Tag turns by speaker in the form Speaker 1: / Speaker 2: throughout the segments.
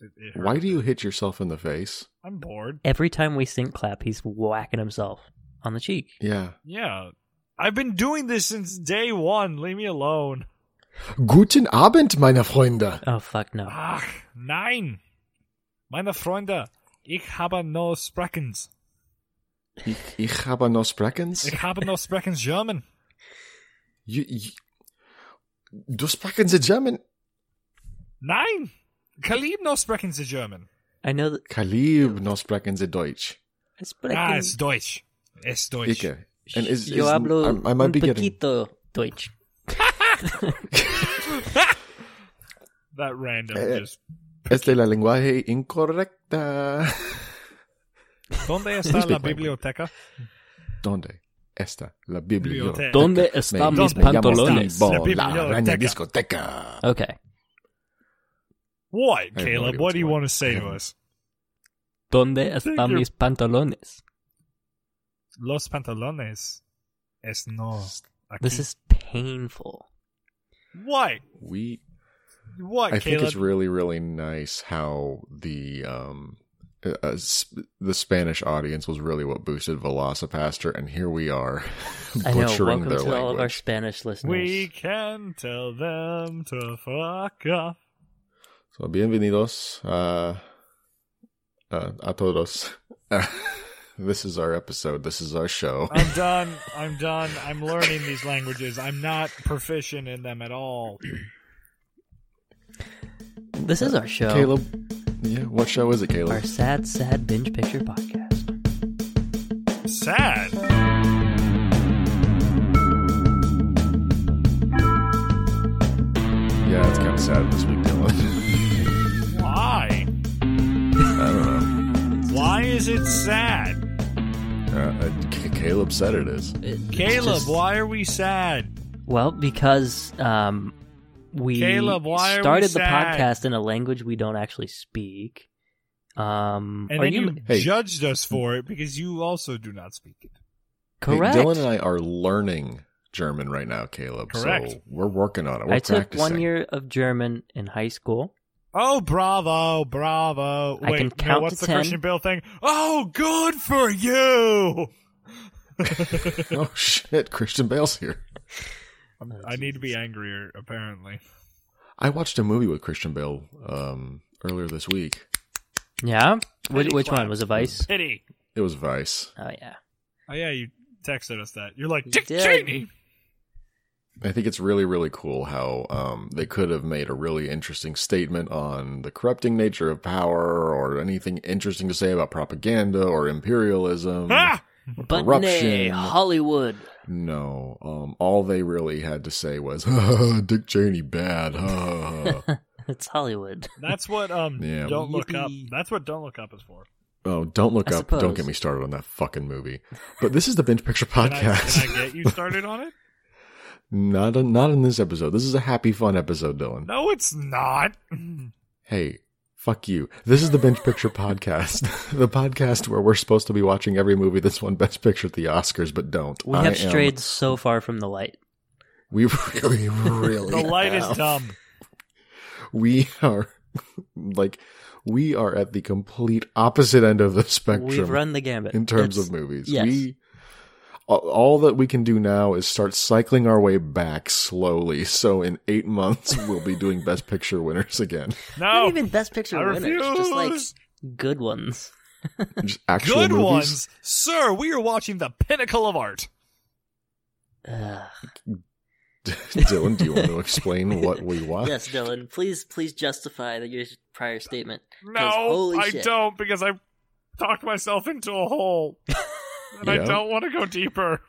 Speaker 1: It, it
Speaker 2: Why
Speaker 1: hurt.
Speaker 2: do you hit yourself in the face?
Speaker 1: I'm bored.
Speaker 3: Every time we sync clap, he's whacking himself on the cheek.
Speaker 2: Yeah.
Speaker 1: Yeah. I've been doing this since day one. Leave me alone.
Speaker 2: Guten Abend, meine Freunde.
Speaker 3: Oh fuck no.
Speaker 1: Ach, nein. Ah, Meine Freunde, ich habe no Sprechens.
Speaker 2: Ich, ich habe no Sprechens.
Speaker 1: Ich habe no Sprechens German.
Speaker 2: You, you, du Sprechens in German.
Speaker 1: Nein. Kalib no Sprechens German.
Speaker 3: I know that.
Speaker 2: Kalib no Sprechens in Deutsch.
Speaker 3: It's but
Speaker 1: Ah,
Speaker 3: I
Speaker 1: es Deutsch. Es Deutsch.
Speaker 2: Ike. And is, is,
Speaker 3: yo hablo
Speaker 2: I, I might
Speaker 3: un
Speaker 2: be getting.
Speaker 3: poquito Deutsch.
Speaker 1: That random
Speaker 2: Eh.
Speaker 1: just.
Speaker 2: Es de la lenguaje incorrecta.
Speaker 1: Donde
Speaker 2: You
Speaker 1: está
Speaker 2: speak
Speaker 1: la
Speaker 2: language.
Speaker 1: biblioteca?
Speaker 2: ¿Dónde está la biblioteca?
Speaker 1: Biblioteca.
Speaker 4: ¿Dónde
Speaker 2: Me-
Speaker 4: están
Speaker 2: me
Speaker 4: mis
Speaker 2: llamo
Speaker 4: pantalones?
Speaker 2: Steve
Speaker 1: La
Speaker 2: Ball, La araña
Speaker 1: biblioteca.
Speaker 2: discoteca.
Speaker 3: Okay.
Speaker 1: What,
Speaker 2: no
Speaker 1: Caleb?
Speaker 2: idea
Speaker 1: what
Speaker 2: what's
Speaker 1: do you
Speaker 2: going
Speaker 1: want
Speaker 2: on.
Speaker 1: to say to
Speaker 2: Yeah.
Speaker 1: us?
Speaker 4: ¿Dónde
Speaker 1: Thank
Speaker 4: están
Speaker 1: you.
Speaker 4: mis pantalones?
Speaker 1: Los pantalones. Es no. aquí.
Speaker 3: This is painful.
Speaker 1: What?
Speaker 2: We
Speaker 1: What,
Speaker 2: I
Speaker 1: Caleb?
Speaker 2: think it's really, really nice how the um, uh, uh, sp- the Spanish audience was really what boosted Velocipaster, and here we are
Speaker 3: I know.
Speaker 2: butchering
Speaker 3: Welcome to
Speaker 2: their
Speaker 3: all of our
Speaker 2: language.
Speaker 3: Spanish listeners.
Speaker 1: We can tell them to fuck off.
Speaker 2: So, bienvenidos uh, uh, a todos. Uh, this is our episode. This is our show.
Speaker 1: I'm done. I'm done. I'm learning these languages. I'm not proficient in them at all.
Speaker 3: This is our show.
Speaker 2: Caleb, yeah, what show is it,
Speaker 3: Our
Speaker 2: Caleb?
Speaker 3: sad, sad binge picture podcast.
Speaker 1: Sad.
Speaker 2: Yeah, it's kind of sad this week, Dylan.
Speaker 1: Why?
Speaker 2: I don't know.
Speaker 1: Why is it sad?
Speaker 2: Uh, uh, C- Caleb said it is.
Speaker 3: It- it's
Speaker 1: Caleb,
Speaker 3: just-
Speaker 1: why are we sad?
Speaker 3: Well, because um, we
Speaker 1: Caleb, why are we
Speaker 3: started the
Speaker 1: sad?
Speaker 3: podcast in a language we don't actually speak. Um,
Speaker 1: And
Speaker 3: are
Speaker 1: then
Speaker 3: you,
Speaker 1: you,
Speaker 2: Hey.
Speaker 1: judged us for it because you also do not speak it.
Speaker 2: Hey,
Speaker 3: correct?
Speaker 2: Dylan and I are learning German right now, Caleb.
Speaker 1: Correct.
Speaker 2: So we're working on it. We're
Speaker 3: I took
Speaker 2: practicing.
Speaker 3: one year of German in high school.
Speaker 1: Oh, bravo, bravo.
Speaker 3: I
Speaker 1: Wait,
Speaker 3: can
Speaker 1: no,
Speaker 3: count
Speaker 1: what's
Speaker 3: to
Speaker 1: the
Speaker 3: 10.
Speaker 1: Christian Bill thing? Oh, good for you.
Speaker 2: oh shit, Christian Bale's here.
Speaker 1: I need to be angrier, apparently.
Speaker 2: I watched a movie with Christian Bale um, earlier this week.
Speaker 3: Yeah, which,
Speaker 1: Pity
Speaker 3: which
Speaker 1: clap.
Speaker 3: one was a vice?
Speaker 1: Pity.
Speaker 2: It was Vice.
Speaker 3: Oh yeah,
Speaker 1: Oh yeah, you texted us that. You're like
Speaker 3: You
Speaker 1: Dick
Speaker 3: did.
Speaker 1: Cheney.
Speaker 2: I think it's really, really cool how um, they could have made a really interesting statement on the corrupting nature of power, or anything interesting to say about propaganda or
Speaker 3: Mm.
Speaker 2: imperialism.
Speaker 1: Ah!
Speaker 3: but nay,
Speaker 2: Corruption.
Speaker 3: Hollywood.
Speaker 2: No, um, all they really had to say was "Dick Cheney bad."
Speaker 3: it's Hollywood.
Speaker 1: That's what um
Speaker 2: Yeah.
Speaker 1: don't look up.
Speaker 3: Yippee.
Speaker 1: That's what don't look up is for.
Speaker 2: Oh, don't look
Speaker 3: I
Speaker 2: up. Don't
Speaker 3: suppose.
Speaker 2: get me started on that fucking movie. But this is the Bench Picture
Speaker 1: Can I,
Speaker 2: Podcast.
Speaker 1: can I get you started on it?
Speaker 2: not on not in this episode. This is a happy, fun episode, Dylan.
Speaker 1: No, it's not.
Speaker 2: Hey, fuck you. This is the Bench Picture Podcast, the podcast where we're supposed to be watching every movie that's won Best Picture at the Oscars, but don't.
Speaker 3: We
Speaker 2: I
Speaker 3: have
Speaker 2: am-
Speaker 3: strayed so far from the light.
Speaker 2: We really, really.
Speaker 1: The light is
Speaker 2: have.
Speaker 1: dumb.
Speaker 2: We are like we are at the complete opposite end of the spectrum.
Speaker 3: We've run the gambit
Speaker 2: in terms
Speaker 3: It's-
Speaker 2: of movies.
Speaker 3: yes.
Speaker 2: We all- all that we can do now is start cycling our way back slowly. So in eight months, we'll be doing Best Picture winners again,
Speaker 1: No,
Speaker 3: not even best picture
Speaker 1: Oh, I
Speaker 3: winners,
Speaker 1: refuse.
Speaker 3: just like good ones.
Speaker 2: just actual
Speaker 1: good
Speaker 2: movies.
Speaker 1: ones, sir. We are watching the pinnacle of art.
Speaker 3: Ugh.
Speaker 2: Dylan, do you want to explain what we watched?
Speaker 3: yes, Dylan, please, please justify the, your prior statement. 'Cause
Speaker 1: No,
Speaker 3: holy
Speaker 1: I
Speaker 3: shit.
Speaker 1: don't because I talked myself into a hole, and I
Speaker 2: Yeah.
Speaker 1: don't want to go deeper.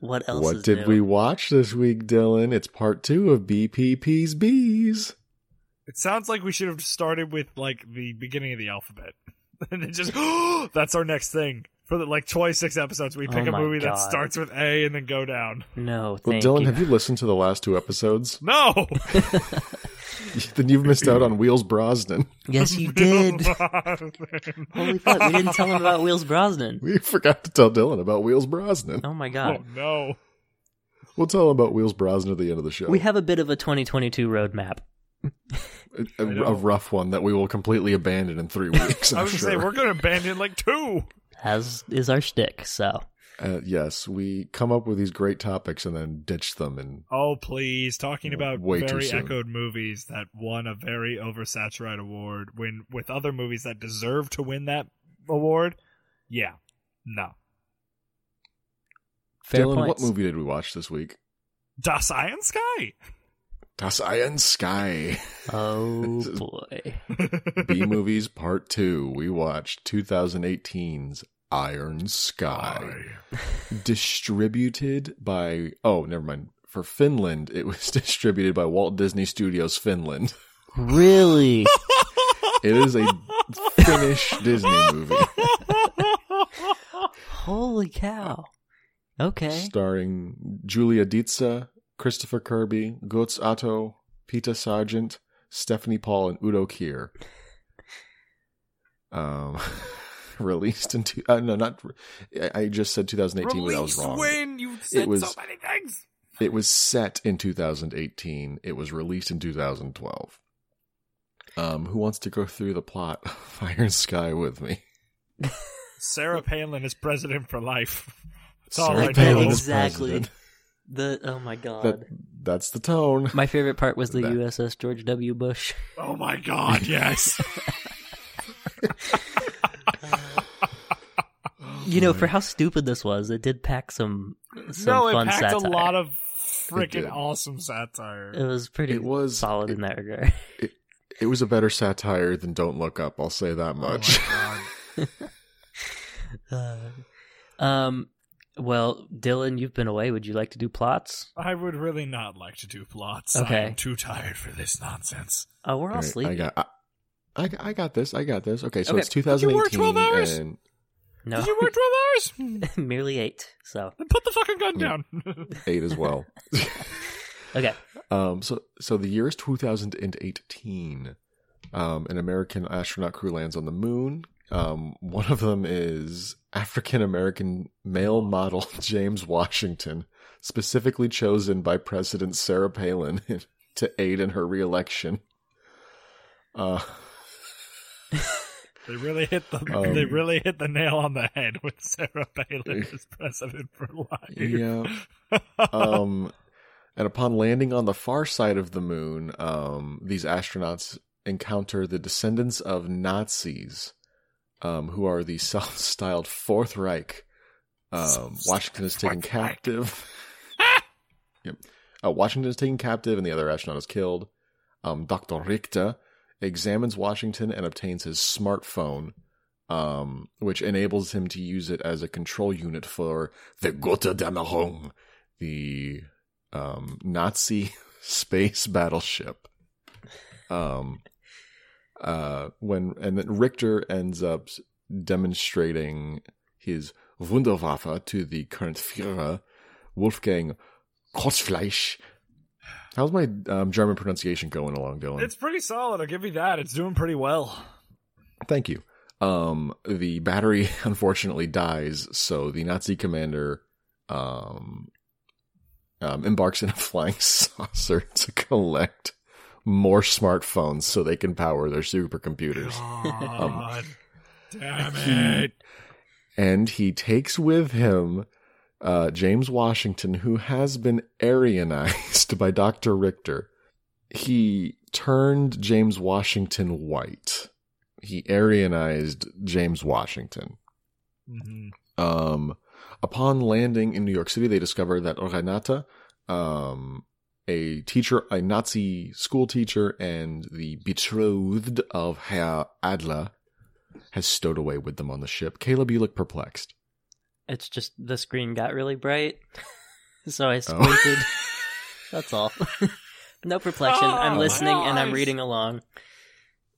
Speaker 3: What else?
Speaker 2: What
Speaker 3: is
Speaker 2: did
Speaker 3: new?
Speaker 2: we watch this week, Dylan? It's part two of BPP's Bees.
Speaker 1: It sounds like we should have started with like the beginning of the alphabet, and then just that's our next thing for the, like twice six episodes. We
Speaker 3: Oh
Speaker 1: pick a
Speaker 3: my
Speaker 1: movie
Speaker 3: God.
Speaker 1: that starts with A and then go down.
Speaker 3: No,
Speaker 2: Well,
Speaker 3: thank
Speaker 2: Dylan,
Speaker 3: you.
Speaker 2: have you listened to the last two episodes?
Speaker 1: No,
Speaker 2: then you've missed out on Wheels Brosnan.
Speaker 3: Yes, you did.
Speaker 1: Oh,
Speaker 3: Holy fuck, we didn't tell him about Wheels Brosnan.
Speaker 2: We forgot to tell Dylan about Wheels Brosnan.
Speaker 3: Oh my
Speaker 1: Oh
Speaker 3: god.
Speaker 1: no!
Speaker 2: We'll tell him about Wheels Brosnan at the end of the show.
Speaker 3: We have a bit of a 2022 roadmap.
Speaker 2: A,
Speaker 1: know.
Speaker 2: a rough one that we will completely abandon in three weeks.
Speaker 1: I
Speaker 2: I'm
Speaker 1: was
Speaker 2: sure.
Speaker 1: gonna say we're gonna abandon like two.
Speaker 5: as is our shtick. So
Speaker 2: uh, yes, we come up with these great topics and then ditch them and
Speaker 1: Oh please! Talking about
Speaker 2: Way too
Speaker 1: very
Speaker 2: soon.
Speaker 1: echoed movies that won a very oversaturated award, when with other movies that deserve to win that award, yeah, no,
Speaker 3: Fair
Speaker 2: Dylan,
Speaker 3: points.
Speaker 2: what movie did we watch this week?
Speaker 1: Das Iron Sky.
Speaker 2: Das Iron Sky.
Speaker 5: oh boy,
Speaker 2: B movies part two. We watched 2018's Iron Sky. Distributed by oh, never mind. For Finland, it was distributed by Walt Disney Studios Finland.
Speaker 5: really?
Speaker 2: It is a Finnish Disney movie
Speaker 5: Holy cow! Okay,
Speaker 2: starring Julia Dietza, Christopher Kirby, Götz Otto, Peter Sargent, Stephanie Paul, and Udo Kier. Um, released in two, uh, no, not. re- I, I just said 2018, but I was
Speaker 1: Release
Speaker 2: wrong.
Speaker 1: when you said so
Speaker 2: was-
Speaker 1: many things.
Speaker 2: It was set in 2018. It was released in 2012. Um, who wants to go through the plot of Iron Sky with me?
Speaker 1: Sarah Palin is president for life. That's all
Speaker 2: Sarah
Speaker 1: I know.
Speaker 2: Palin is
Speaker 5: Exactly.
Speaker 2: president.
Speaker 5: the oh my god.
Speaker 2: That, that's the tone.
Speaker 3: My favorite part was the
Speaker 2: That-
Speaker 3: USS George W. Bush.
Speaker 1: Oh my god! Yes.
Speaker 2: Oh
Speaker 5: you know, for how stupid this was, it did pack some some
Speaker 1: no, it
Speaker 5: fun
Speaker 1: packed
Speaker 5: satire.
Speaker 1: a lot of
Speaker 2: It
Speaker 1: freaking
Speaker 2: did.
Speaker 1: awesome satire.
Speaker 5: it was pretty
Speaker 2: It was-
Speaker 5: solid
Speaker 2: it-
Speaker 5: in that regard.
Speaker 2: It was a better satire than Don't Look Up, I'll say
Speaker 1: Oh
Speaker 2: that
Speaker 1: my
Speaker 2: much.
Speaker 1: God.
Speaker 5: Uh,
Speaker 3: Um, well, Dylan, you've been away. Would you like to do plots?
Speaker 1: I would really not like to do plots.
Speaker 3: Okay.
Speaker 1: I'm too tired for this nonsense.
Speaker 5: oh, we're all
Speaker 2: All right, I
Speaker 5: sleepy.
Speaker 2: got I, I got- I got this. I got this. Okay, so
Speaker 3: Okay.
Speaker 2: it's
Speaker 1: you work
Speaker 2: 2018
Speaker 1: 12 hours?
Speaker 2: and
Speaker 3: No,
Speaker 1: Did you work 12 hours?
Speaker 3: merely eight. So
Speaker 1: Then put the fucking gun
Speaker 2: Yeah.
Speaker 1: down.
Speaker 2: 8 as well.
Speaker 3: okay,
Speaker 2: Um, so so the year is 2018. Um, an American astronaut crew lands on the moon. Um, one of them is African American male model James Washington, specifically chosen by President Sarah Palin to aid in her reelection. Uh,
Speaker 1: they really hit the
Speaker 2: Um, eh,
Speaker 1: they really hit the nail on the head with Sarah Palin as president for life.
Speaker 2: yeah. um, and upon landing on the far side of the moon, um, these astronauts encounter the descendants of Nazis, um, who are the self-styled Fourth Reich. Um, Washington is taken
Speaker 1: Fourth Reich.
Speaker 2: captive. yep. Uh, Washington is taken captive, and the other astronaut is killed. Um, Dr. Richter examines Washington and obtains his smartphone, um, which enables him to use it as a control unit for the Gotterdammerung, the um, Nazi space battleship. Um, uh, when and then Richter ends up demonstrating his Wunderwaffe to the current Führer, Wolfgang Kotzfleisch. How's my um, German pronunciation going along, Dylan?
Speaker 1: It's pretty solid, I'll give you that. It's doing pretty well.
Speaker 2: Thank you. Um, the battery unfortunately dies, so the Nazi commander um, um, embarks in a flying saucer to collect more smartphones so they can power their supercomputers. Um,
Speaker 1: God damn it.
Speaker 2: And he takes with him uh, James Washington, who has been Aryanized by Dr. Richter. He turned James Washington white. He Aryanized James Washington.
Speaker 1: Mhm.
Speaker 2: Um, upon landing in New York City, they discover that Renata, um, a teacher, a Nazi school teacher, and the betrothed of Herr Adler, has stowed away with them on the ship. Caleb, you look perplexed.
Speaker 3: it's just the screen got really bright, so I
Speaker 2: Oh.
Speaker 3: squinted. That's all. no perplexion.
Speaker 1: Oh,
Speaker 3: I'm listening and I'm
Speaker 1: nice.
Speaker 3: reading along.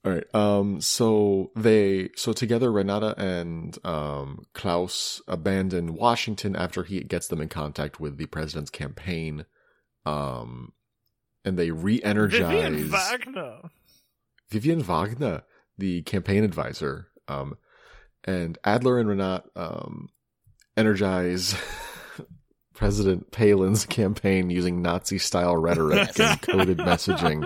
Speaker 2: All right. Um. So they so together Renata and um Klaus abandon Washington after he gets them in contact with the president's campaign. Um, and they re-energize.
Speaker 1: Vivian Wagner.
Speaker 2: Vivian Wagner, the campaign advisor, um, and Adler and Renat um, energize President Palin's campaign using Nazi style rhetoric and coded messaging,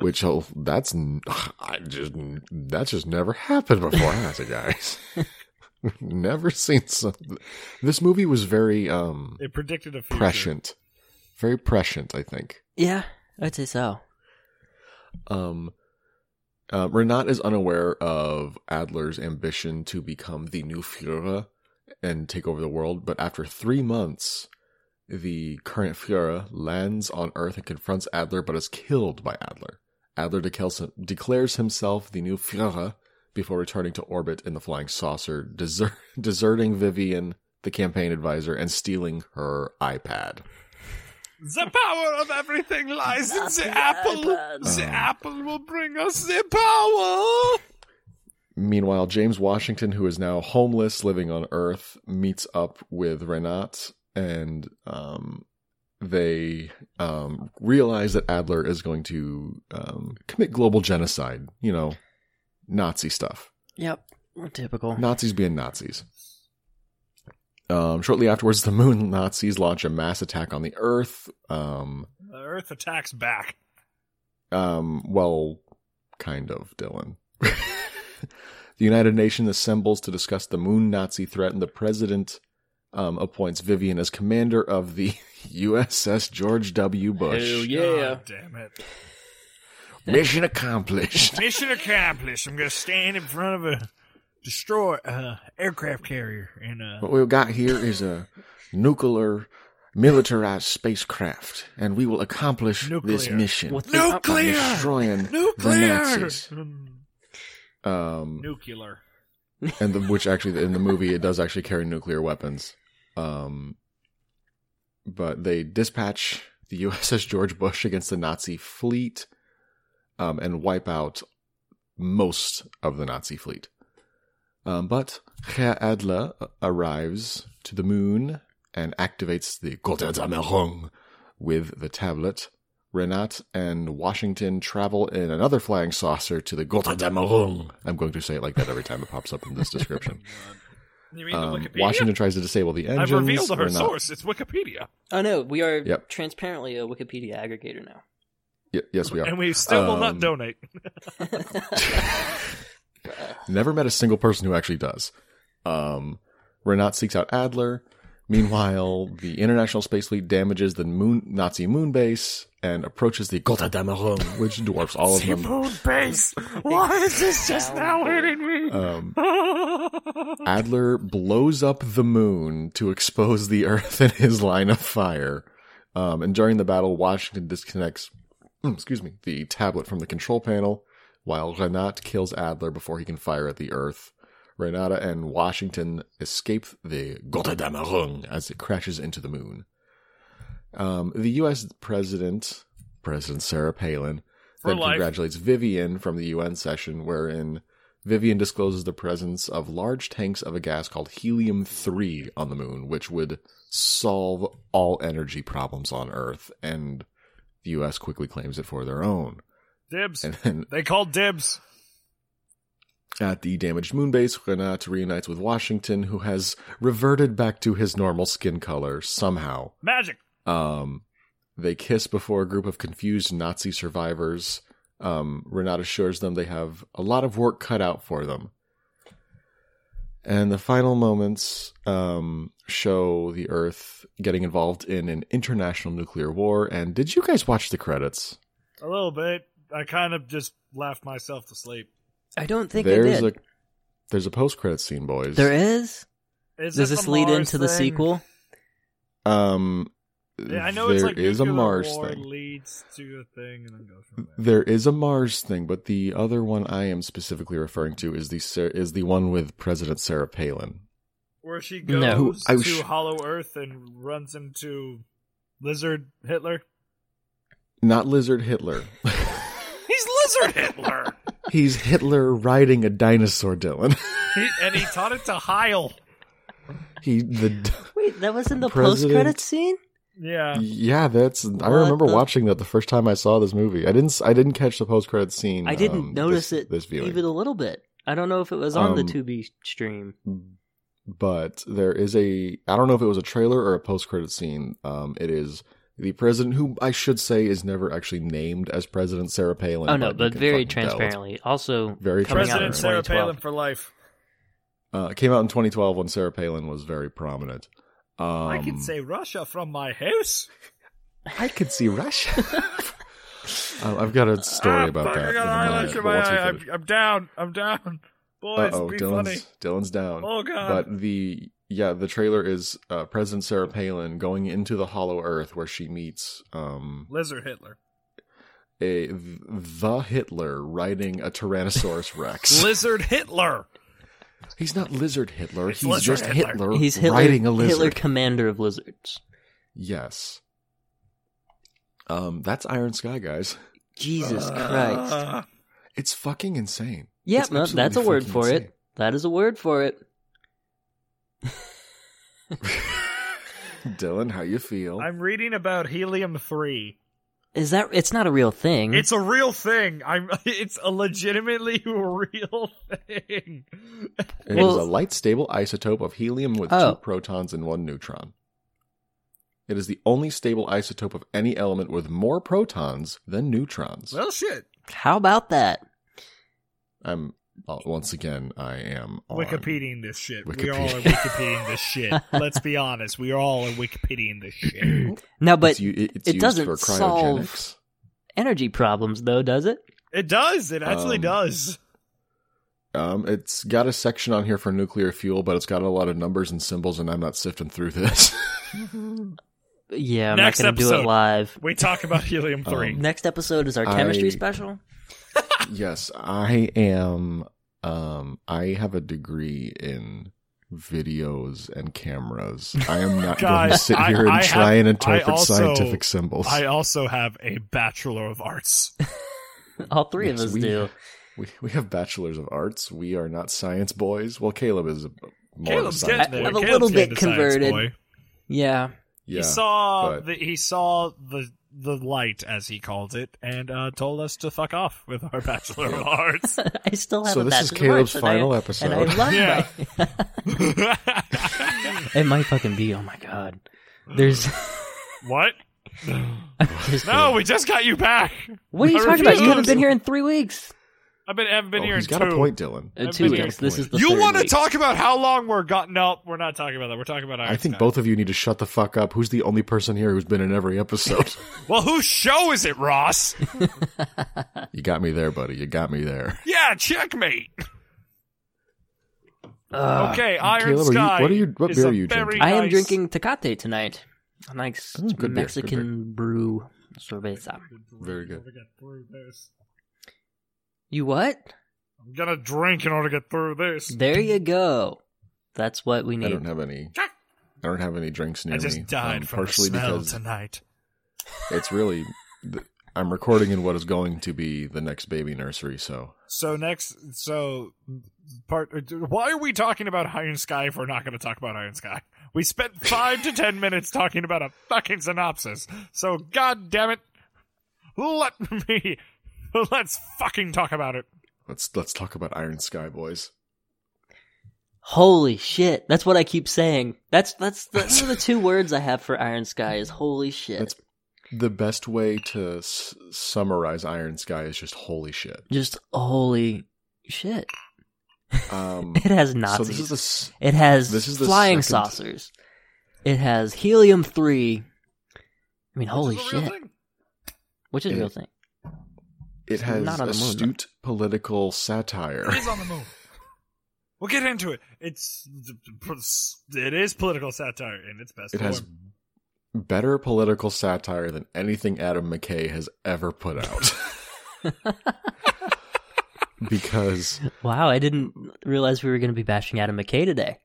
Speaker 2: which will that's n- I just that's just never happened before has it guys never seen something this movie was very um
Speaker 1: It predicted a future.
Speaker 2: prescient very prescient i think
Speaker 5: Yeah, I'd say so.
Speaker 2: um uh, renat is unaware of adler's ambition to become the new führer and take over the world but after three months the current führer lands on earth and confronts adler but is killed by adler adler decels- declares himself the new führer before returning to orbit in the flying saucer deser- deserting vivian the campaign advisor and stealing her ipad
Speaker 1: The power of everything lies in the
Speaker 5: Nothing
Speaker 1: apple.
Speaker 5: happens.
Speaker 2: Um,
Speaker 1: The apple will bring us the power.
Speaker 2: Meanwhile, James Washington, who is now homeless, living on Earth, meets up with Renat, and um, they um, realize that Adler is going to um, commit global genocide. You know, Nazi stuff.
Speaker 5: Yep, typical.
Speaker 2: Nazis being Nazis. Um, shortly afterwards, the Moon Nazis launch a mass attack on the Earth. Um,
Speaker 1: The Earth attacks back.
Speaker 2: Um, well, kind of, Dylan. the United Nations assembles to discuss the moon Nazi threat, and the president um, appoints Vivian as commander of the USS George W. Bush.
Speaker 1: God damn it.
Speaker 2: Mission accomplished.
Speaker 1: Mission accomplished. I'm gonna stand in front of a destroy uh, aircraft carrier and uh,
Speaker 2: What we've got here is a nuclear militarized spacecraft, and we will accomplish this
Speaker 1: Nuclear.
Speaker 2: mission
Speaker 3: What the-
Speaker 2: by
Speaker 1: nuclear,
Speaker 2: destroying the
Speaker 1: nuclear,
Speaker 2: Nazis.
Speaker 1: Mm,
Speaker 2: Um,
Speaker 1: nuclear.
Speaker 2: and the, which actually in the movie it does actually carry nuclear weapons. Um, but they dispatch the USS George Bush against the Nazi fleet, um, and wipe out most of the Nazi fleet. Um, but Herr Adler uh, arrives to the moon and activates the Gotterdammerung with the tablet. Renat and Washington travel in another flying saucer to the Gotterdammerung. I'm going to say it like that every time it pops up in this description.
Speaker 1: You mean
Speaker 2: Um,
Speaker 1: the Wikipedia?
Speaker 2: Washington tries to disable the engines.
Speaker 1: I've revealed her
Speaker 2: Renat-
Speaker 1: source. It's Wikipedia,
Speaker 5: Oh no, we are
Speaker 2: Yep.
Speaker 5: transparently a Wikipedia aggregator now.
Speaker 2: Y- yes, we are.
Speaker 1: and we still will
Speaker 2: Um,
Speaker 1: not donate.
Speaker 2: Never met a single person who actually does. Um, Renat seeks out Adler. Meanwhile, the International Space Fleet damages the moon, Nazi moon base and approaches the Gotterdammerung, which dwarfs all of them.
Speaker 1: Moon base. Why is this just now hitting me?
Speaker 2: Um, Uh, Adler blows up the moon to expose the Earth in his line of fire. Um, and during the battle, Washington disconnects, excuse me, the tablet from the control panel, while Renat kills Adler before he can fire at the Earth. Renata and Washington escape the Gotterdammerung as it crashes into the moon. Um, the U.S. president, President Sarah Palin,
Speaker 1: For
Speaker 2: then
Speaker 1: life.
Speaker 2: congratulates Vivian from the UN session, wherein Vivian discloses the presence of large tanks of a gas called helium 3 on the moon, which would solve all energy problems on Earth, and the U.S. quickly claims it for their own.
Speaker 1: Dibs.
Speaker 2: And then
Speaker 1: They called dibs.
Speaker 2: at the damaged moon base, Renat reunites with Washington, who has reverted back to his normal skin color somehow.
Speaker 1: Magic.
Speaker 2: Um, they kiss before a group of confused Nazi survivors. Um, Renat assures them they have a lot of work cut out for them. And the final moments um, show the Earth getting involved in an international nuclear war. And did you guys watch the credits?
Speaker 1: A little bit. I kind of just laughed myself to sleep.
Speaker 5: I don't think
Speaker 2: there's
Speaker 5: I did.
Speaker 2: a there's a post credit scene, boys.
Speaker 5: There is.
Speaker 1: Is
Speaker 5: Does
Speaker 1: it
Speaker 5: this
Speaker 1: the
Speaker 5: lead
Speaker 1: Mars
Speaker 5: into the
Speaker 1: thing?
Speaker 5: sequel?
Speaker 2: Um,
Speaker 1: Yeah, I know
Speaker 2: there
Speaker 1: it's like
Speaker 2: is a
Speaker 1: nuclear
Speaker 2: Mars
Speaker 1: war
Speaker 2: thing.
Speaker 1: leads to a thing and then goes from there.
Speaker 2: There is a Mars thing, but the other one I am specifically referring to is the Sar- is the one with President Sarah Palin.
Speaker 1: Where she goes
Speaker 3: No.
Speaker 2: I
Speaker 1: to
Speaker 2: was-
Speaker 1: Hollow Earth and runs into Lizard Hitler.
Speaker 2: Not Lizard Hitler.
Speaker 1: He's Lizard Hitler,
Speaker 2: He's Hitler riding a dinosaur, Dylan.
Speaker 1: he, and he taught it to Heil.
Speaker 2: He the
Speaker 5: Wait, that was in the
Speaker 2: President-
Speaker 5: post credit scene.
Speaker 1: Yeah,
Speaker 2: yeah, that's I
Speaker 5: What
Speaker 2: remember
Speaker 5: the-
Speaker 2: watching that the first time I saw this movie. I didn't s- I didn't catch the post credit scene.
Speaker 5: I didn't
Speaker 2: um,
Speaker 5: notice
Speaker 2: this,
Speaker 5: it
Speaker 2: this viewing.
Speaker 5: even a little bit. I don't know if it was on the
Speaker 2: Um,
Speaker 5: to be stream.
Speaker 2: but there is a I don't know if it was a trailer or a post credit scene. Um, it is the president, who I should say is never actually named as President Sarah Palin.
Speaker 3: oh no,
Speaker 2: you
Speaker 3: but
Speaker 2: can
Speaker 3: very
Speaker 2: fucking tell it's-
Speaker 3: transparently. Also,
Speaker 2: Very
Speaker 3: coming out in
Speaker 1: President Sarah
Speaker 3: 2012.
Speaker 1: Palin for life.
Speaker 2: Uh, it came out in 2012 when Sarah Palin was very prominent. Um,
Speaker 1: I can say Russia from my house.
Speaker 2: I could see Russia. Uh, I've got a story
Speaker 1: Ah,
Speaker 2: about
Speaker 1: fuck,
Speaker 2: that.
Speaker 1: I got
Speaker 2: in my head,
Speaker 1: eyelash in
Speaker 2: but
Speaker 1: my
Speaker 2: once we
Speaker 1: eye.
Speaker 2: finish-
Speaker 1: I'm, I'm down. I'm down. Boys,
Speaker 2: Uh-oh,
Speaker 1: be
Speaker 2: Dylan's,
Speaker 1: funny.
Speaker 2: Dylan's down.
Speaker 1: Oh god.
Speaker 2: But the yeah, the trailer is uh, President Sarah Palin going into the Hollow Earth where she meets um
Speaker 1: Lizard Hitler.
Speaker 2: a the Hitler riding a Tyrannosaurus Rex.
Speaker 1: Lizard Hitler.
Speaker 2: He's not Lizard Hitler.
Speaker 1: It's
Speaker 2: He's
Speaker 1: Lizard
Speaker 2: just
Speaker 1: Hitler.
Speaker 2: Hitler,
Speaker 3: he's Hitler,
Speaker 2: riding a
Speaker 3: Hitler,
Speaker 2: lizard.
Speaker 3: commander of lizards.
Speaker 2: Yes. Um, that's Iron Sky, guys.
Speaker 3: Jesus Christ!
Speaker 1: Uh,
Speaker 2: It's fucking insane.
Speaker 3: Yeah,
Speaker 2: It's
Speaker 3: no,
Speaker 2: absolutely
Speaker 3: that's a word
Speaker 2: fucking
Speaker 3: for
Speaker 2: insane.
Speaker 3: it. That is a word for it.
Speaker 2: Dylan, how you feel?
Speaker 1: I'm reading about helium three.
Speaker 3: Is that? It's not a real
Speaker 2: Hmm?
Speaker 3: thing.
Speaker 1: It's a real thing. I'm. It's a legitimately real thing.
Speaker 2: It
Speaker 3: Well-
Speaker 2: is a light stable isotope of helium with
Speaker 3: Oh.
Speaker 2: two protons and one neutron. It is the only stable isotope of any element with more protons than neutrons.
Speaker 1: Well, shit.
Speaker 3: how about that?
Speaker 2: I'm uh, once again, I am on
Speaker 1: Wikipediaing this shit. We
Speaker 2: Wikipedia.
Speaker 1: all are Wikipediaing this shit. Let's be honest. We all are Wikipediaing this shit.
Speaker 3: No, but
Speaker 2: it's, u- it's
Speaker 3: it
Speaker 2: used
Speaker 3: doesn't
Speaker 2: for
Speaker 3: solve-
Speaker 2: cryogenics.
Speaker 3: energy problems, though, does it?
Speaker 1: It does. It actually
Speaker 2: Um,
Speaker 1: does.
Speaker 2: Um, it's got a section on here for nuclear fuel, but it's got a lot of numbers and symbols, and I'm not sifting through this.
Speaker 3: Yeah, I'm
Speaker 1: Next
Speaker 3: not going to do it
Speaker 1: episode.
Speaker 3: live.
Speaker 1: We talk about helium three.
Speaker 2: Um,
Speaker 3: Next episode is our
Speaker 2: I-
Speaker 3: chemistry special.
Speaker 2: yes, I am. Um, I have a degree in videos and cameras. I am not going to
Speaker 1: Guys,
Speaker 2: sit
Speaker 1: I-
Speaker 2: here and
Speaker 1: I
Speaker 2: try
Speaker 1: have-
Speaker 2: and
Speaker 1: I
Speaker 2: interpret
Speaker 1: also-
Speaker 2: scientific symbols.
Speaker 1: I also have a Bachelor of Arts.
Speaker 3: All three
Speaker 2: Yes,
Speaker 3: of us
Speaker 2: we-
Speaker 3: do.
Speaker 2: We we have bachelors of arts. We are not science boys. Well, Caleb is. a- More
Speaker 1: Caleb's
Speaker 2: of a science
Speaker 1: getting there.
Speaker 3: boy.
Speaker 2: boy.
Speaker 3: I'm a
Speaker 1: Caleb's
Speaker 3: little
Speaker 1: getting
Speaker 3: bit
Speaker 1: to science
Speaker 3: converted.
Speaker 1: boy.
Speaker 3: Yeah.
Speaker 2: Yeah,
Speaker 1: he saw
Speaker 2: but-
Speaker 1: the he saw the the light as he called it, and uh, told us to fuck off with our Bachelor of Arts.
Speaker 3: I still have
Speaker 2: So
Speaker 3: a
Speaker 2: this is
Speaker 3: bachelor of arts
Speaker 2: Caleb's
Speaker 3: and I-
Speaker 2: final episode.
Speaker 3: And I love
Speaker 1: Yeah.
Speaker 3: my It might fucking be. Oh my god. There's
Speaker 1: what?
Speaker 3: there's-
Speaker 1: No, we just got you back.
Speaker 3: What are you
Speaker 1: I
Speaker 3: talking about? You
Speaker 1: refuse.
Speaker 3: haven't been here in three weeks.
Speaker 1: I've been I've been
Speaker 2: Oh,
Speaker 1: here
Speaker 2: he's
Speaker 1: in
Speaker 2: got
Speaker 1: two.
Speaker 2: a point, Dylan.
Speaker 3: Uh,
Speaker 1: I've
Speaker 3: two
Speaker 1: been here.
Speaker 3: weeks. This is the
Speaker 1: You
Speaker 3: want
Speaker 1: want to talk about how long we're got? No, we're not talking about that. We're talking about. Iron
Speaker 2: I think
Speaker 1: Sky.
Speaker 2: both of you need to shut the fuck up. Who's the only person here who's been in every episode?
Speaker 1: Well, whose show is it, Ross?
Speaker 2: you got me there, buddy. You got me there.
Speaker 1: yeah, checkmate.
Speaker 3: Uh,
Speaker 1: okay, Iron
Speaker 2: Caleb, are you-
Speaker 1: Sky.
Speaker 2: what are you- what
Speaker 1: is
Speaker 2: beer
Speaker 1: a
Speaker 2: are you
Speaker 1: very
Speaker 2: drinking?
Speaker 3: I am
Speaker 1: nice-
Speaker 3: drinking Tecate tonight. A nice
Speaker 2: Oh, good beer, good
Speaker 3: Mexican brew cerveza.
Speaker 2: Very good.
Speaker 3: You what?
Speaker 1: I'm gonna drink in order to get through this.
Speaker 3: There you go. That's what we
Speaker 2: I don't
Speaker 3: need.
Speaker 2: have any. I don't have any drinks near
Speaker 1: I just
Speaker 2: me.
Speaker 1: died
Speaker 2: um,
Speaker 1: from the
Speaker 2: partially
Speaker 1: smell
Speaker 2: because
Speaker 1: tonight.
Speaker 2: it's really. th- I'm recording in what is going to be the next baby nursery, so
Speaker 1: So next, so part. Why are we talking about Iron Sky if we're not going to talk about Iron Sky? We spent five to ten minutes talking about a fucking synopsis. So god damn it, let me. Let's fucking talk about it.
Speaker 2: let's let's talk about Iron Sky Boys.
Speaker 3: Holy shit. That's what I keep saying. That's that's those are the two words I have for Iron Sky is holy shit.
Speaker 2: That's- The best way to s- summarize Iron Sky is just holy shit.
Speaker 3: Just holy shit.
Speaker 2: Um,
Speaker 3: It has
Speaker 2: so
Speaker 3: Nazis.
Speaker 2: this is the s-
Speaker 3: It has
Speaker 2: This is the
Speaker 3: flying
Speaker 2: second-
Speaker 3: saucers. It has helium three. I mean, holy
Speaker 1: Is this a real
Speaker 3: shit!
Speaker 1: thing?
Speaker 3: Which is a
Speaker 2: It-
Speaker 3: real thing.
Speaker 2: it has
Speaker 3: Not on the moon,
Speaker 2: astute political satire.
Speaker 1: It is on the moon. We'll get into it. It's it is political satire in its best
Speaker 2: It has
Speaker 1: form.
Speaker 2: better political satire than anything Adam McKay has ever put out. because
Speaker 3: Wow, I didn't realize we were going to be bashing Adam McKay today.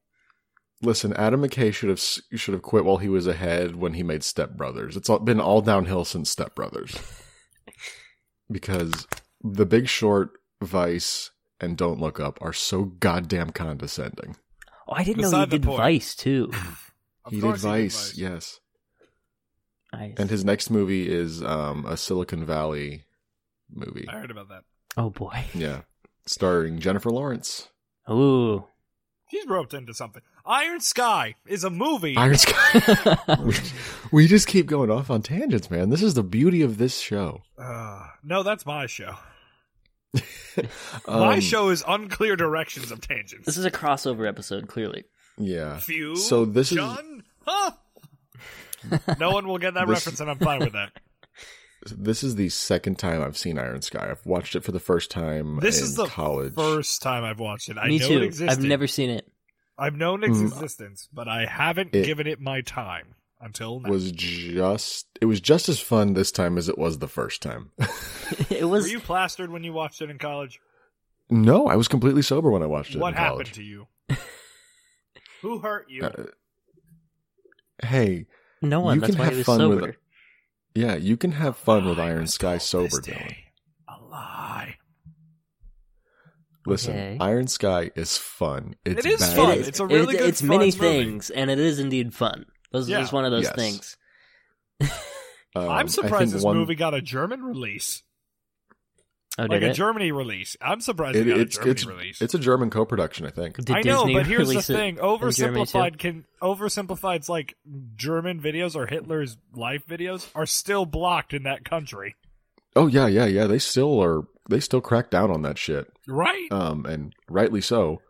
Speaker 2: listen, Adam McKay should have s- should have quit while he was ahead when he made Step Brothers. It's all, been all downhill since Step Brothers. because The Big Short, Vice, and Don't Look Up are so goddamn condescending.
Speaker 3: Oh, I didn't know he
Speaker 1: Beside the
Speaker 3: did
Speaker 1: point.
Speaker 3: Vice too.
Speaker 1: Of
Speaker 2: he did
Speaker 1: course
Speaker 2: Vice, yes.
Speaker 3: Nice.
Speaker 2: And his next movie is um, a Silicon Valley movie.
Speaker 1: I heard about that.
Speaker 3: oh boy.
Speaker 2: Yeah. Starring Jennifer Lawrence.
Speaker 3: Ooh.
Speaker 1: He's roped into something. Iron Sky is a movie.
Speaker 2: Iron Sky. we, we just keep going off on tangents, man. This is the beauty of this show.
Speaker 1: Uh, no, that's my show.
Speaker 2: Um,
Speaker 1: my show is unclear directions of tangents.
Speaker 3: This is a crossover episode, clearly.
Speaker 2: Yeah.
Speaker 1: Few.
Speaker 2: So this is-
Speaker 1: John? Huh? no one will get that
Speaker 2: This-
Speaker 1: reference, and I'm fine with that.
Speaker 2: This is the second time I've seen Iron Sky. I've watched it for the first time
Speaker 1: This
Speaker 2: in
Speaker 1: is the
Speaker 2: college.
Speaker 1: first time I've watched it. I
Speaker 3: Me
Speaker 1: know it
Speaker 3: too.
Speaker 1: existed.
Speaker 3: I've never seen it.
Speaker 1: I've known its existence, but I haven't
Speaker 2: Mm. It-
Speaker 1: given it my time until now.
Speaker 2: was just it was just as fun this time as it was the first time.
Speaker 3: it
Speaker 1: Were
Speaker 3: was
Speaker 1: you plastered when you watched it in college?
Speaker 2: no, I was completely sober when I watched it
Speaker 1: What
Speaker 2: in
Speaker 1: happened
Speaker 2: college. Uh,
Speaker 1: to you? Who hurt you?
Speaker 2: Hey,
Speaker 3: no one.
Speaker 2: You
Speaker 3: That's
Speaker 2: can
Speaker 3: why
Speaker 2: have
Speaker 3: he was
Speaker 2: fun with
Speaker 3: sober.
Speaker 2: it. yeah, you can have fun with
Speaker 1: I
Speaker 2: Iron
Speaker 1: was
Speaker 2: Sky
Speaker 1: told
Speaker 2: sober,
Speaker 1: this
Speaker 2: Dylan.
Speaker 1: day A lie.
Speaker 2: Listen,
Speaker 3: Okay.
Speaker 2: Iron Sky is fun. It's
Speaker 1: It is
Speaker 2: bad.
Speaker 1: fun.
Speaker 3: It is.
Speaker 1: It's a really
Speaker 3: It-
Speaker 1: good
Speaker 3: It's many
Speaker 1: fun movie.
Speaker 3: things, and it is indeed fun. Those
Speaker 1: Yeah.
Speaker 3: is one of those
Speaker 2: Yes.
Speaker 3: things.
Speaker 2: Um, I
Speaker 1: I'm surprised
Speaker 2: think
Speaker 1: this
Speaker 2: one-
Speaker 1: movie got a German release,
Speaker 3: Oh,
Speaker 1: like
Speaker 3: did
Speaker 1: a
Speaker 3: it?
Speaker 1: Germany release. I'm surprised
Speaker 2: It,
Speaker 1: it, got
Speaker 2: it's
Speaker 1: a Germany
Speaker 2: it's
Speaker 1: release.
Speaker 2: it's a German co-production, I think.
Speaker 3: Did
Speaker 1: I know,
Speaker 3: Disney
Speaker 1: but here's the
Speaker 3: release it
Speaker 1: thing:
Speaker 3: in Germany, too?
Speaker 1: oversimplified can oversimplified's like German videos or Hitler's life videos are still blocked in that country,
Speaker 2: Oh yeah, yeah, yeah. They still are. They still crack down on that shit,
Speaker 1: right?
Speaker 2: um, and rightly so.